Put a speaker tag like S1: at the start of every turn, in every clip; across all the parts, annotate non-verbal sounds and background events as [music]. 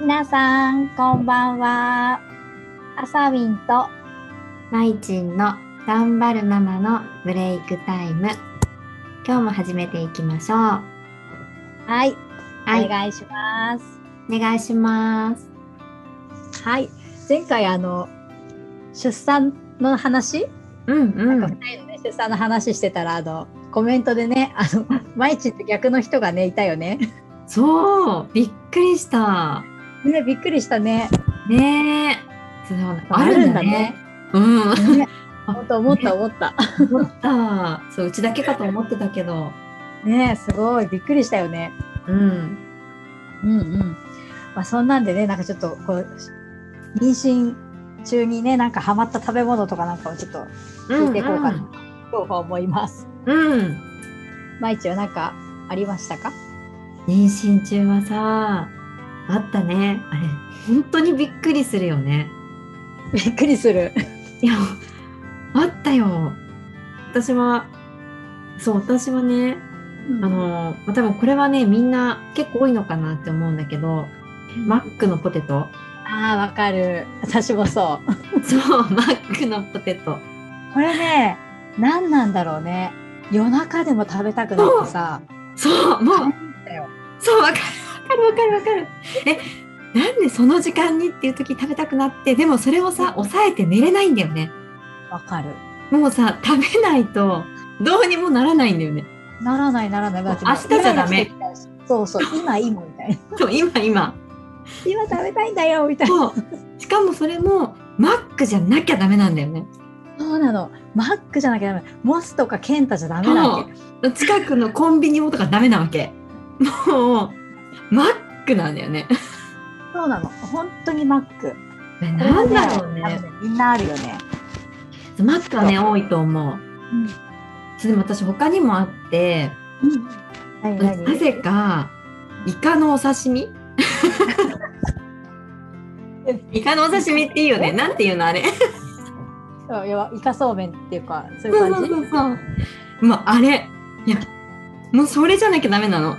S1: 皆さん、こんばんは。あさみんと、
S2: まいちんの頑張るママのブレイクタイム。今日も始めていきましょう。は
S1: はい、
S2: い、
S1: お願いします。
S2: お願いします。
S1: はい、前回、あの、出産の話、
S2: うんうん。
S1: なんか二人のね出産の話してたら、あの、コメントでね、あ [laughs] の、毎日って逆の人がね、いたよね。
S2: そう、びっくりした。
S1: みんなびっくりした [laughs] ね。
S2: ねえ。そうあるんだね。。う
S1: [laughs]
S2: ん。
S1: ね、本当思った思った。
S2: 思った。そう、うちだけかと思ってたけど。
S1: ね、すごい、びっくりしたよね。
S2: うん。
S1: うんうん。まあ、そんなんでね、なんかちょっと、こう、妊娠中にね、なんかハマった食べ物とかなんかをちょっと聞いていこうかな、
S2: うん
S1: 今日は思います。
S2: うん。うん。
S1: まいちはなんかありましたか
S2: 妊娠中はさ、あったね。あれ、本当にびっくりするよね。
S1: [laughs] びっくりする。
S2: いや、あったよ。私は、そう、私はね、あの、まあ多分これはね、みんな結構多いのかなって思うんだけど、マックのポテト。
S1: ああ、わかる。私もそう。
S2: そう、マックのポテト。
S1: [laughs] これね、何なんだろうね。夜中でも食べたくなってさ、
S2: そう、もう、
S1: 買いに行ったよ
S2: そう、わかる、わかる、わかる、わかる。え、なんでその時間にっていう時食べたくなって、でもそれをさ、抑えて寝れないんだよね。
S1: わかる。
S2: もうさ、食べないと、どうにもならないんだよね。
S1: ならないならない。だってもう
S2: 明日じゃダメ
S1: イライラしてきたし。そうそう、 [laughs] 今今みたいな。
S2: そう、今、今。
S1: 今食べたいんだよみたいな。
S2: そう。しかもそれも、マックじゃなきゃダメなんだよね。
S1: そうなの。マックじゃなきゃダメ。モスとかケンタじゃダメなわけ。
S2: 近くのコンビニもとかダメなわけ。もう、マックなんだよね。
S1: そうなの。本当にマック。
S2: なんだろうね
S1: 多。分みんなあるよね。
S2: マックはね、多いと思う。
S1: うん
S2: そうでも私他にもあって、
S1: 何何
S2: なぜか、イカのお刺 [laughs] 身イカのお刺身っていいよね。なんていうのあれ。
S1: そう要はイカそうめんっていうかそういう
S2: そう
S1: 感
S2: そう
S1: じ
S2: そうそう。もうあれ。いや、もうそれじゃなきゃダメなの。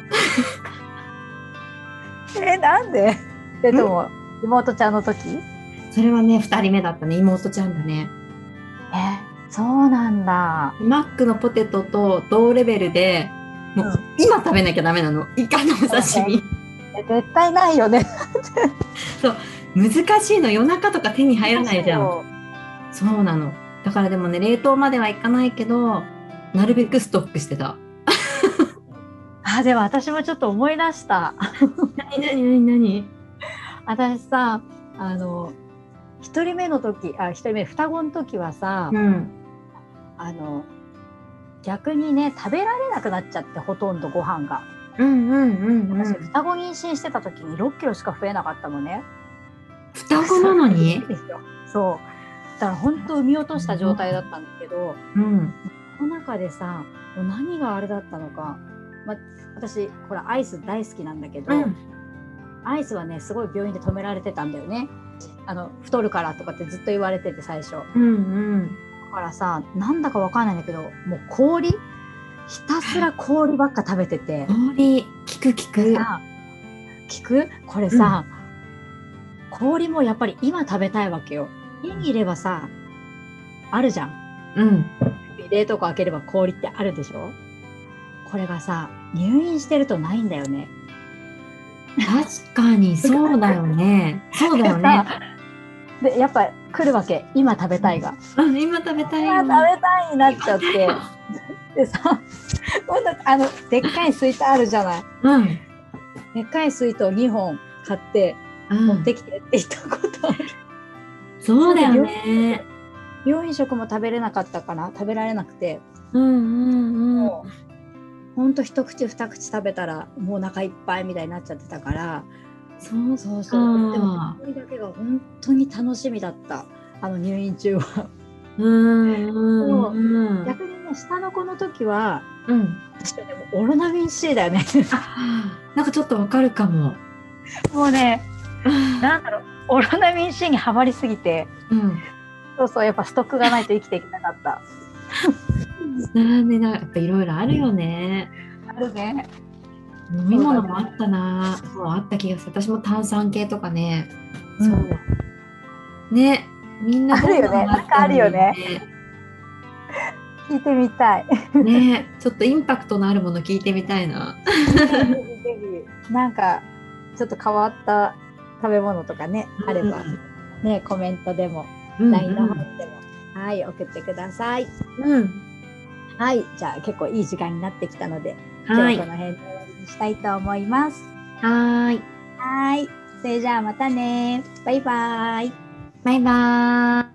S1: えなんでででも妹ちゃんの時
S2: それはね、二人目だったね。妹ちゃんだね。
S1: えそうなんだ
S2: マックのポテトと同レベルで、も
S1: う
S2: うん今食べなきゃダメなの。イカのお刺身。
S1: え絶対ないよね
S2: 難しいの。夜中とか手に入らないじゃん。
S1: そう
S2: そうなの。だからでもね、冷凍まではいかないけど、なるべくストックしてた。
S1: あでも私もちょっと思い出した
S2: なになになになに
S1: 私さあの一人目の時あ一人目双子の時はさ、
S2: うん。
S1: あの逆にね食べられなくなっちゃってほとんどご飯が
S2: うんうんうんう
S1: 私、
S2: ん。
S1: 双子妊娠してた時に6キロしか増えなかったのね
S2: 双子なのに
S1: そうだから本当産み落とした状態だったんだけど、
S2: うん。
S1: その中でさもう何があれだったのか、まあ、私ほらアイス大好きなんだけど、
S2: うん。
S1: アイスはねすごい病院で止められてたんだよねあの太るからとかってずっと言われてて最初だ
S2: うん
S1: からさなんだかわかんないんだけどもう氷ひたすら氷ばっか食べてて
S2: う。ん。氷、聞く聞く。
S1: さ聞くこれさ、氷もやっぱり今食べたいわけよ家にいればさあるじゃん
S2: うん。
S1: 冷凍庫開ければ氷ってあるでしょこれがさ入院してるとないんだよね。
S2: 確かに、そうだよ [laughs] ね。そうだよね。
S1: [laughs] でやっぱ来るわけ今食べたいが。
S2: うん今食べたい
S1: 今
S2: よ。
S1: 食べたいになっちゃって [laughs] でさ今度あのでっかい水筒あるじゃない。
S2: うん。
S1: でっかい水筒2本買って
S2: う
S1: 持
S2: ん
S1: っ。てきてって言ったことある、
S2: そうだよね。
S1: 病院食も食べれなかったかな食べられなくて
S2: うんうんうん。
S1: もうほんと一口二口食べたらもうお腹いっぱいみたいになっちゃってたから。
S2: そうそ
S1: そう
S2: う
S1: そう。
S2: か
S1: でも、これだけが本当に楽しみだった。あの入院中は。
S2: うんうんうん。
S1: 逆にね、下の子の時は、
S2: うん。
S1: 確かにもうオロナミン C だよね。
S2: あなんかちょっとわかるかも。
S1: [laughs] もうね、
S2: うん
S1: なんだろう、オロナミン C にはまりすぎて、
S2: うん。
S1: そうそう、やっぱストックがないと生きていけなかった。
S2: なんでなやっぱいろいろあるよね。
S1: あるね。
S2: 飲み物もあったなそう、あった気がする。私も炭酸系とかね。そう
S1: うん
S2: ね、みんなどんなのがったの
S1: あるよねなんかあ聞いてみたい。
S2: ね。ね、ちょっとインパクトのあるもの聞いてみたいな。
S1: [laughs] ぜひぜひなんかちょっと変わった食べ物とかね、あれば、ね、コメントでも、
S2: うん
S1: LINE の方でも、はい、送ってください。
S2: うん。
S1: はい、じゃあ結構いい時間になってきたので、
S2: はい。
S1: 今日
S2: は
S1: はこの辺で終わりにしたいと思います。
S2: ーい。
S1: はい、それじゃあまたね。バイバイ。
S2: バイバーイ。